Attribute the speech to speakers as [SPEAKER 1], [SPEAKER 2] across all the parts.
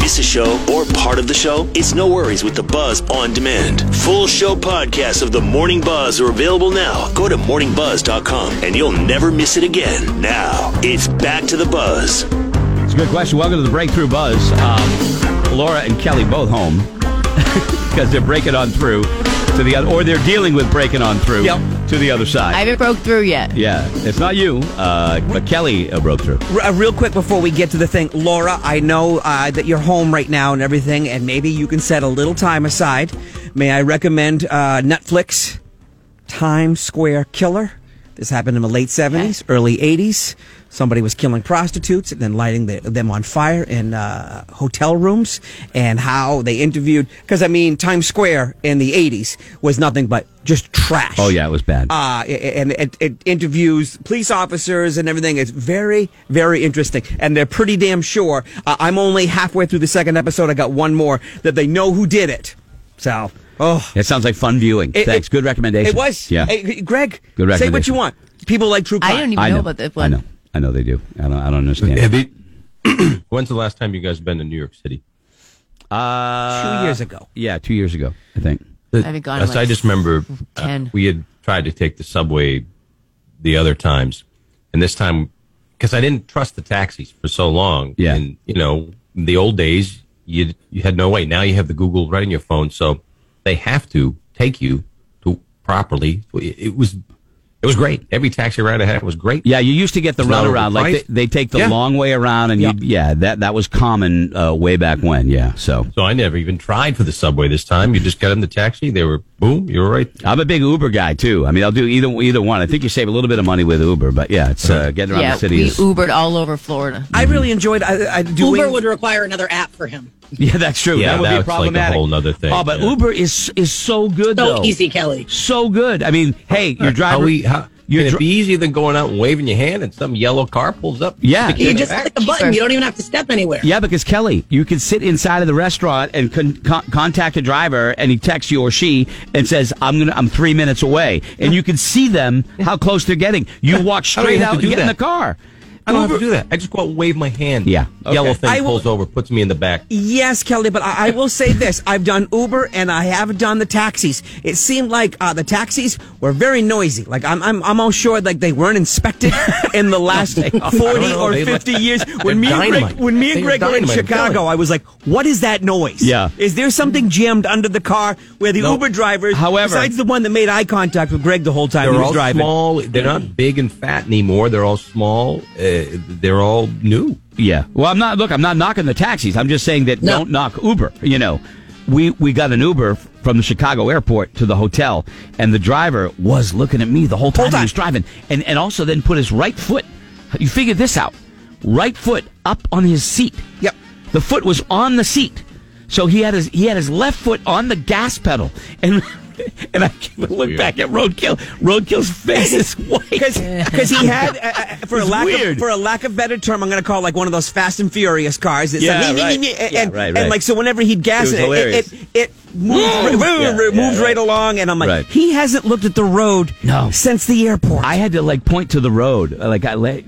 [SPEAKER 1] Miss a show or part of the show? It's no worries with the Buzz on demand. Full show podcasts of the Morning Buzz are available now. Go to morningbuzz.com and you'll never miss it again. Now, it's back to the Buzz.
[SPEAKER 2] It's a good question. Welcome to the Breakthrough Buzz. Um, Laura and Kelly both home because they're breaking on through to the other, or they're dealing with breaking on through
[SPEAKER 3] Yep.
[SPEAKER 2] to the other side.
[SPEAKER 4] I haven't broke through yet.
[SPEAKER 2] yeah, it's not you, uh, but Kelly uh, broke through.
[SPEAKER 3] R- uh, real quick before we get to the thing, Laura, I know uh, that you're home right now and everything, and maybe you can set a little time aside. May I recommend uh, Netflix Times Square Killer? This happened in the late 70s, early 80s. Somebody was killing prostitutes and then lighting the, them on fire in uh, hotel rooms, and how they interviewed. Because, I mean, Times Square in the 80s was nothing but just trash.
[SPEAKER 2] Oh yeah, it was bad.
[SPEAKER 3] uh, and it, it interviews police officers and everything. It's very, very interesting. And they're pretty damn sure. Uh, I'm only halfway through the second episode. I got one more that they know who did it. So, oh,
[SPEAKER 2] it sounds like fun viewing.
[SPEAKER 3] it-
[SPEAKER 2] Thanks.
[SPEAKER 3] it-
[SPEAKER 2] good recommendation.
[SPEAKER 3] It was.
[SPEAKER 2] Yeah.
[SPEAKER 3] Hey, Greg,
[SPEAKER 2] Good
[SPEAKER 3] say what
[SPEAKER 2] recommendation.
[SPEAKER 3] you want. People like true crime.
[SPEAKER 4] I don't even
[SPEAKER 2] I
[SPEAKER 4] know,
[SPEAKER 2] know.
[SPEAKER 4] about that
[SPEAKER 2] I
[SPEAKER 4] one.
[SPEAKER 2] know. I know they do. I don't. I don't understand.
[SPEAKER 5] Have you, when's the last time you guys have been to New York City?
[SPEAKER 2] Uh,
[SPEAKER 3] Two years ago.
[SPEAKER 2] Yeah, two years ago, I think.
[SPEAKER 5] The-
[SPEAKER 4] haven't gone in,
[SPEAKER 5] yes,
[SPEAKER 4] like,
[SPEAKER 5] I just remember uh,
[SPEAKER 4] 10.
[SPEAKER 5] we had tried to take the subway the other times, and this time because I didn't trust the taxis for so long.
[SPEAKER 2] Yeah.
[SPEAKER 5] and you know, in the old days you you had no way. Now you have the Google right in your phone, so they have to take you to properly. It was it was great. Every taxi ride I had was great.
[SPEAKER 2] Yeah, you used to get the
[SPEAKER 5] It's not
[SPEAKER 2] runaround. Like
[SPEAKER 5] overpriced.
[SPEAKER 2] they, they take the
[SPEAKER 5] Yeah.
[SPEAKER 2] long way around, and you, yeah, that that was common uh, way back when. Yeah, so
[SPEAKER 5] So I never even tried for the subway this time. You just got in the taxi. They were boom. You were right.
[SPEAKER 2] I'm a big Uber guy too. I mean, I'll do either either one. I think you save a little bit of money with Uber, but yeah, it's uh, getting around
[SPEAKER 4] Yeah,
[SPEAKER 2] the city.
[SPEAKER 4] we
[SPEAKER 2] is,
[SPEAKER 4] Ubered all over Florida.
[SPEAKER 3] I really enjoyed I, I, doing.
[SPEAKER 6] Uber would require another app for him.
[SPEAKER 2] yeah, that's true.
[SPEAKER 5] Yeah,
[SPEAKER 2] that would be
[SPEAKER 5] that's like a
[SPEAKER 2] problematic.
[SPEAKER 5] whole nother thing,
[SPEAKER 2] Oh, but
[SPEAKER 5] yeah.
[SPEAKER 2] Uber is is so good
[SPEAKER 6] So
[SPEAKER 2] though.
[SPEAKER 6] easy, Kelly.
[SPEAKER 2] so good. I mean, hey, your driver.
[SPEAKER 5] How we, how,
[SPEAKER 2] your
[SPEAKER 5] can
[SPEAKER 2] dri-
[SPEAKER 5] it be easier than going out and waving your hand and some yellow car pulls up?
[SPEAKER 2] Yeah.
[SPEAKER 5] Stick it
[SPEAKER 6] You
[SPEAKER 5] in
[SPEAKER 6] just
[SPEAKER 5] the back?
[SPEAKER 6] click a button. You don't even have to step anywhere.
[SPEAKER 2] yeah, because Kelly, you can sit inside of the restaurant and con- con- contact a driver, and he texts you or she and says, "I'm gonna, I'm three minutes away," and you can see them how close they're getting. You walk
[SPEAKER 5] I don't
[SPEAKER 2] straight
[SPEAKER 5] even have
[SPEAKER 2] out
[SPEAKER 5] to
[SPEAKER 2] and
[SPEAKER 5] do
[SPEAKER 2] get in the
[SPEAKER 5] that.
[SPEAKER 2] car.
[SPEAKER 5] I don't
[SPEAKER 2] Uber-
[SPEAKER 5] have to do that. I just go out and wave my hand.
[SPEAKER 2] Yeah.
[SPEAKER 5] Yellow
[SPEAKER 2] Okay.
[SPEAKER 5] thing
[SPEAKER 3] I will-
[SPEAKER 5] pulls over, puts me in the back.
[SPEAKER 3] Yes, Kelly, but I, I will say this. I've done Uber and I have done the taxis. It seemed like uh, the taxis were very noisy. Like, I'm, I'm, I'm all sure like they weren't inspected in the last 40
[SPEAKER 5] know.
[SPEAKER 3] or
[SPEAKER 5] They look-
[SPEAKER 3] 50 years. When me,
[SPEAKER 5] They're
[SPEAKER 3] and Greg,
[SPEAKER 5] dynamite.
[SPEAKER 3] when me and
[SPEAKER 5] They're
[SPEAKER 3] Greg were in
[SPEAKER 5] dynamite, I'm
[SPEAKER 3] Chicago,
[SPEAKER 5] telling you.
[SPEAKER 3] I was like, what is that noise?
[SPEAKER 2] Yeah.
[SPEAKER 3] Is there something jammed under the car where the
[SPEAKER 5] No.
[SPEAKER 3] Uber drivers,
[SPEAKER 2] However-
[SPEAKER 3] besides the one that made eye contact with Greg the whole time he
[SPEAKER 5] They're
[SPEAKER 3] was
[SPEAKER 5] all
[SPEAKER 3] driving?
[SPEAKER 5] small. They're not big and fat anymore. They're all small. Uh, they're all new.
[SPEAKER 2] Yeah. Well, I'm not. Look, I'm not knocking the taxis. I'm just saying that
[SPEAKER 6] No.
[SPEAKER 2] don't knock Uber. You know, we we got an Uber f- from the Chicago airport to the hotel, and the driver was looking at me the whole time
[SPEAKER 3] Hold
[SPEAKER 2] he
[SPEAKER 3] on.
[SPEAKER 2] was driving, and and also then put his right foot. You figure this out. Right foot up on his seat.
[SPEAKER 3] Yep.
[SPEAKER 2] The foot was on the seat, so he had his he had his left foot on the gas pedal, and and I look
[SPEAKER 5] weird.
[SPEAKER 2] back at Roadkill. Roadkill's face is white
[SPEAKER 3] because he had uh, uh, for a
[SPEAKER 2] It's
[SPEAKER 3] lack
[SPEAKER 2] weird.
[SPEAKER 3] of for a lack of better term, I'm going to call it like one of those Fast and Furious cars. It's
[SPEAKER 2] Yeah,
[SPEAKER 3] like,
[SPEAKER 2] right.
[SPEAKER 3] and,
[SPEAKER 2] Yeah,
[SPEAKER 3] and,
[SPEAKER 2] right,
[SPEAKER 3] and
[SPEAKER 2] right.
[SPEAKER 3] like so, whenever he'd gas
[SPEAKER 2] was
[SPEAKER 3] it, it,
[SPEAKER 2] hilarious.
[SPEAKER 3] it, it moved, right,
[SPEAKER 2] Yeah,
[SPEAKER 3] moved
[SPEAKER 2] yeah,
[SPEAKER 3] right
[SPEAKER 2] right.
[SPEAKER 3] along, and I'm like,
[SPEAKER 2] Right.
[SPEAKER 3] he hasn't looked at the road
[SPEAKER 2] No.
[SPEAKER 3] since the airport.
[SPEAKER 2] I had to like point to the road, Uh, like I let,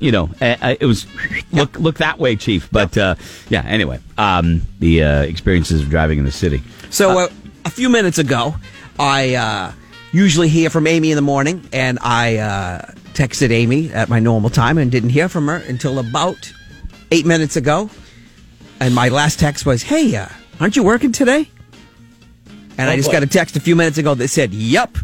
[SPEAKER 2] you know, I, I, it was look look that way, chief. But uh, yeah, anyway, um, the uh, experiences of driving in the city.
[SPEAKER 3] So uh, a few minutes ago, I uh, usually hear from Amy in the morning, and I uh, texted Amy at my normal time and didn't hear from her until about eight minutes ago. And my last text was, "Hey, uh, aren't you working today?" And
[SPEAKER 2] Oh,
[SPEAKER 3] I just got a text a few minutes ago that said, "Yup."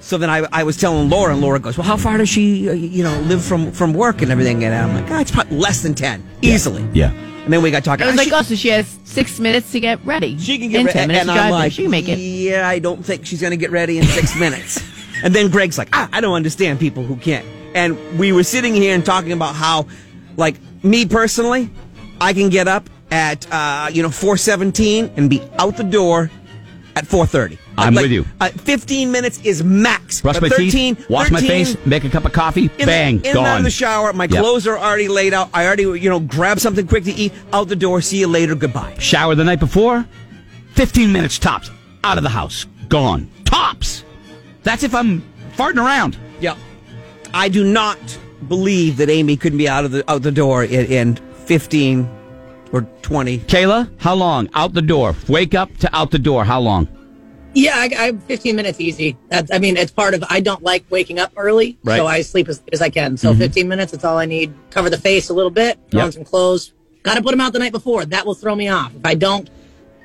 [SPEAKER 3] So then I, I was telling Laura, and Laura goes, "Well, how far does she, uh, you know, live from from work and everything?" And I'm like, "Ah, "It's probably less than ten, easily."
[SPEAKER 2] Yeah.
[SPEAKER 3] And then we got talking.
[SPEAKER 4] I was
[SPEAKER 3] "Ah,
[SPEAKER 4] like,
[SPEAKER 3] she-
[SPEAKER 4] oh, so she has six minutes to get ready.
[SPEAKER 3] she can get
[SPEAKER 4] and
[SPEAKER 3] ready.
[SPEAKER 4] ten minutes
[SPEAKER 3] and
[SPEAKER 4] to
[SPEAKER 3] I'm
[SPEAKER 4] drive there.
[SPEAKER 3] like,
[SPEAKER 4] she can make it.
[SPEAKER 3] Yeah, I don't think she's going to get ready in six minutes. And then Greg's like, ah, I don't understand people who can't. And we were sitting here and talking about how, like, me personally, I can get up at uh, you know four seventeen and be out the door at four thirty.
[SPEAKER 2] I'm
[SPEAKER 3] Like,
[SPEAKER 2] with you.
[SPEAKER 3] Uh, 15 minutes is max.
[SPEAKER 2] Brush
[SPEAKER 3] But
[SPEAKER 2] my
[SPEAKER 3] 13,
[SPEAKER 2] teeth, wash my
[SPEAKER 3] 13
[SPEAKER 2] face, make a cup of coffee,
[SPEAKER 3] in
[SPEAKER 2] bang,
[SPEAKER 3] the, in and
[SPEAKER 2] gone.
[SPEAKER 3] out of the shower. My
[SPEAKER 2] Yep.
[SPEAKER 3] clothes are already laid out. I already, you know, grab something quick to eat. Out the door. See you later. Goodbye.
[SPEAKER 2] Shower the night before, 15 minutes tops. Out of the house, gone. Tops! That's if I'm farting around.
[SPEAKER 3] Yeah. I do not believe that Amy couldn't be out of the out the door in, in 15 or 20.
[SPEAKER 2] Kayla, how long? Out the door. Wake up to out the door. How long?
[SPEAKER 6] Yeah, I, I 15 minutes easy. That's, I mean, it's part of. I don't like waking up early,
[SPEAKER 2] Right. Mm-hmm.
[SPEAKER 6] so I sleep as, as I can. So 15 minutes, it's all I need. Cover the face a little bit. Throw
[SPEAKER 2] Yep.
[SPEAKER 6] on some clothes. Got to put them out the night before. That will throw me off. If I don't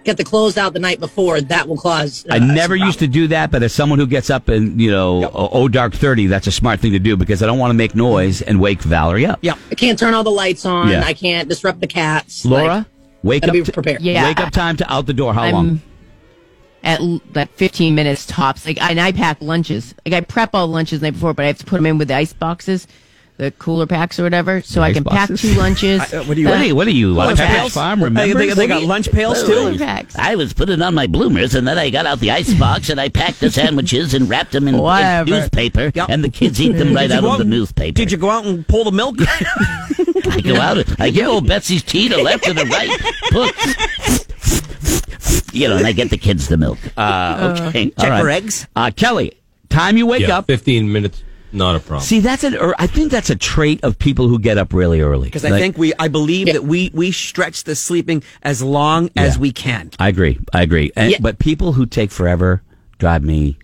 [SPEAKER 6] get the clothes out the night before, that will cause. uh,
[SPEAKER 2] I never used to do that, but as someone who gets up and, you know, oh, oh, dark 30, that's a smart thing to do because I don't want to make noise and wake Valerie up.
[SPEAKER 3] Yeah.
[SPEAKER 6] I can't turn all the lights on.
[SPEAKER 2] Yeah.
[SPEAKER 6] I can't disrupt the cats.
[SPEAKER 2] Laura, wake
[SPEAKER 6] Like,
[SPEAKER 2] up.
[SPEAKER 6] be
[SPEAKER 2] to-
[SPEAKER 6] prepared.
[SPEAKER 4] Yeah.
[SPEAKER 2] Wake up time to out the door. How long?
[SPEAKER 4] at l- like 15 minutes tops. Like, and I pack lunches. Like, I prep all lunches the night before, but I have to put them in with the ice boxes, the cooler packs or whatever, so I
[SPEAKER 2] ice
[SPEAKER 4] can
[SPEAKER 2] boxes?
[SPEAKER 4] pack two lunches.
[SPEAKER 3] I- uh, what do you-
[SPEAKER 4] Then-
[SPEAKER 2] Hey, what are you,
[SPEAKER 4] Cooler
[SPEAKER 2] a Packers
[SPEAKER 4] packs.
[SPEAKER 2] farm?
[SPEAKER 3] Hey,
[SPEAKER 2] Remember?
[SPEAKER 3] they, they got lunch pails too.
[SPEAKER 4] Cooler packs.
[SPEAKER 7] I was putting on my bloomers, and then I got out the icebox, and I packed the sandwiches and wrapped them in, in
[SPEAKER 4] Whatever.
[SPEAKER 7] newspaper,
[SPEAKER 3] Yep.
[SPEAKER 7] and the kids eat them right
[SPEAKER 3] Did you
[SPEAKER 7] out
[SPEAKER 3] go
[SPEAKER 7] of
[SPEAKER 3] out
[SPEAKER 7] the
[SPEAKER 3] and-
[SPEAKER 7] newspaper.
[SPEAKER 3] Did you go out and pull the milk?
[SPEAKER 7] I go out, and I get old Betsy's tea to left and to right, put, you know, and I get the kids the milk. Uh, okay, all
[SPEAKER 3] Check
[SPEAKER 7] right.
[SPEAKER 3] for eggs.
[SPEAKER 2] Uh, Kelly, time you wake
[SPEAKER 5] Yeah,
[SPEAKER 2] up.
[SPEAKER 5] 15 minutes, not a problem.
[SPEAKER 2] See, that's an. Or I think that's a trait of people who get up really early.
[SPEAKER 3] Because I think we, I believe that we we stretch the sleeping as long as we can.
[SPEAKER 2] I agree. I agree. And,
[SPEAKER 6] Yeah.
[SPEAKER 2] But people who take forever drive me.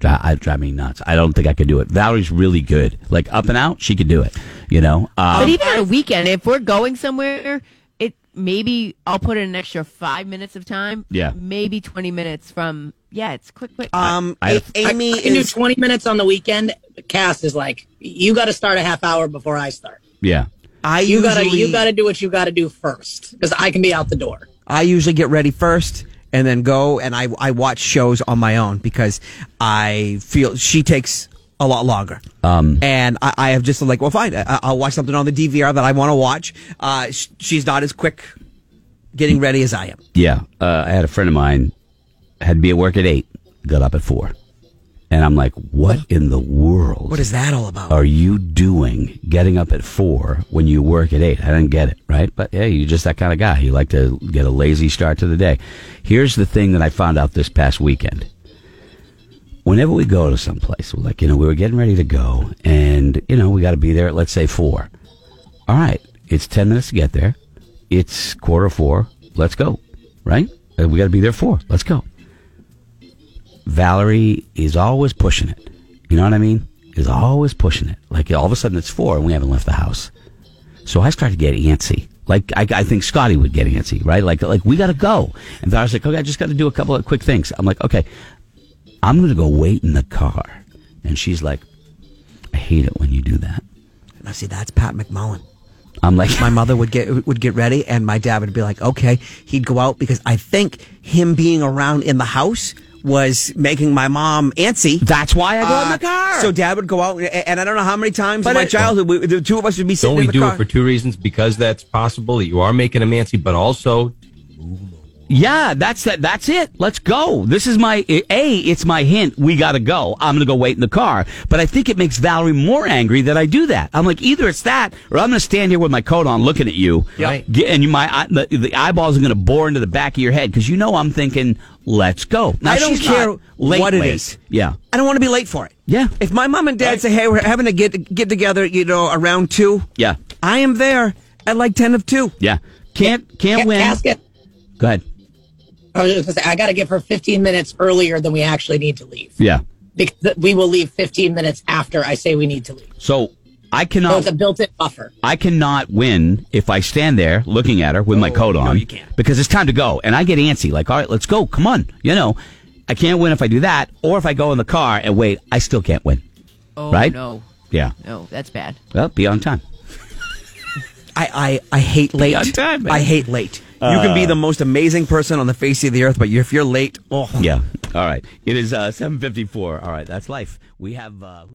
[SPEAKER 2] Drive, I drive me nuts. I don't think I could do it. Valerie's really good. Like up and out, she could do it. You know. Um,
[SPEAKER 4] But even on a weekend, if we're going somewhere, it maybe I'll put in an extra five minutes of time.
[SPEAKER 2] Yeah. Uh,
[SPEAKER 4] Maybe twenty minutes from yeah, it's quick, quick.
[SPEAKER 3] Um,
[SPEAKER 2] I-
[SPEAKER 3] A- Amy
[SPEAKER 6] I can do
[SPEAKER 3] is
[SPEAKER 6] 20 minutes on the weekend. Cass is like, you got to start a half hour before I start.
[SPEAKER 2] yeah.
[SPEAKER 3] I
[SPEAKER 6] You
[SPEAKER 3] usually,
[SPEAKER 6] gotta you gotta do what you gotta do first because I can be out the door.
[SPEAKER 3] I usually get ready first and then go and I I watch shows on my own because I feel she takes a lot longer. Um, and I, I have just like, well, fine, I, I'll watch something on the DVR that I want to watch. Uh, sh- she's not as quick getting ready as I am.
[SPEAKER 2] Yeah. Uh, I had a friend of mine had to be at work at eight, got up at four, and I'm like, what in the world?
[SPEAKER 3] What is that all about?
[SPEAKER 2] are you doing getting up at four when you work at eight? I didn't get it, right? But hey, you're just that kind of guy. You like to get a lazy start to the day. Here's the thing that I found out this past weekend. Whenever we go to someplace, we're like, you know, we were getting ready to go and, you know, we got to be there at, let's say, four. All right, it's 10 minutes to get there. It's quarter four. Let's go, right? Uh, We got to be there four. Let's go. Valerie is always pushing it. You know what I mean? Is always pushing it. Like all of a sudden it's four and we haven't left the house. So I start to get antsy. Like I, I think Scotty would get antsy, right? Like like we gotta go. And Valerie's like, okay, I just got to do a couple of quick things. I'm like, okay, I'm gonna go wait in the car. And she's like, I hate it when you do that.
[SPEAKER 3] Now, see, that's Pat McMullen.
[SPEAKER 2] I'm like,
[SPEAKER 3] My mother would get would get ready, and my dad would be like, "Okay." He'd go out because I think him being around in the house was making my mom antsy.
[SPEAKER 2] that's why I go in
[SPEAKER 3] Uh,
[SPEAKER 2] the car.
[SPEAKER 3] So dad would go out, a- and I don't know how many times in my
[SPEAKER 2] it-
[SPEAKER 3] childhood, we, the two of us would be sitting
[SPEAKER 5] Don't we
[SPEAKER 3] in the
[SPEAKER 5] do
[SPEAKER 3] car.
[SPEAKER 5] it for two reasons? Because that's possible that you are making a Mancy, but also
[SPEAKER 2] Yeah, that's that. That's it. Let's go. This is my a. It's my hint. We gotta go. I'm gonna go wait in the car. But I think it makes Valerie more angry that I do that. I'm like, either it's that, or I'm gonna stand here with my coat on, looking at you,
[SPEAKER 5] Right.
[SPEAKER 2] Get- and you, my eye- the, the eyeballs are gonna bore into the back of your head because you know I'm thinking, let's go. Now,
[SPEAKER 3] I don't
[SPEAKER 2] she's
[SPEAKER 3] care
[SPEAKER 2] not late,
[SPEAKER 3] what it
[SPEAKER 2] late.
[SPEAKER 3] is.
[SPEAKER 2] Yeah,
[SPEAKER 3] I don't want to be late for it.
[SPEAKER 2] Yeah.
[SPEAKER 3] If my mom and dad say, "Hey, we're having a get get together," you know, around two.
[SPEAKER 2] Yeah.
[SPEAKER 3] I am there at like ten of two.
[SPEAKER 2] yeah. Can't can't
[SPEAKER 6] Ca-
[SPEAKER 2] win.
[SPEAKER 6] Cass get-
[SPEAKER 2] Go ahead.
[SPEAKER 6] I was just gonna say I gotta give her 15 minutes earlier than we actually need to leave.
[SPEAKER 2] Yeah.
[SPEAKER 6] Because th- we will leave 15 minutes after I say we need to leave.
[SPEAKER 2] So I
[SPEAKER 6] So
[SPEAKER 3] Oh.
[SPEAKER 2] cannot.
[SPEAKER 6] it's a built-in buffer.
[SPEAKER 2] I cannot win if I stand there looking at her with my coat on. No, you can't. Because it's time to go. And I get antsy, like, all right, let's go. Come on. You know, I can't win if I do that. Or if I go in the car and wait, I still can't win.
[SPEAKER 4] oh
[SPEAKER 2] right?
[SPEAKER 4] no,
[SPEAKER 2] Yeah.
[SPEAKER 4] no, that's bad.
[SPEAKER 2] Well, be on time.
[SPEAKER 3] I I, I hate late.
[SPEAKER 2] on time, man.
[SPEAKER 3] I hate late. you can be the most amazing person on the face of the earth, but if you're late, oh
[SPEAKER 2] Yeah. All right. It is uh, 754. All right. That's life. We have. Uh,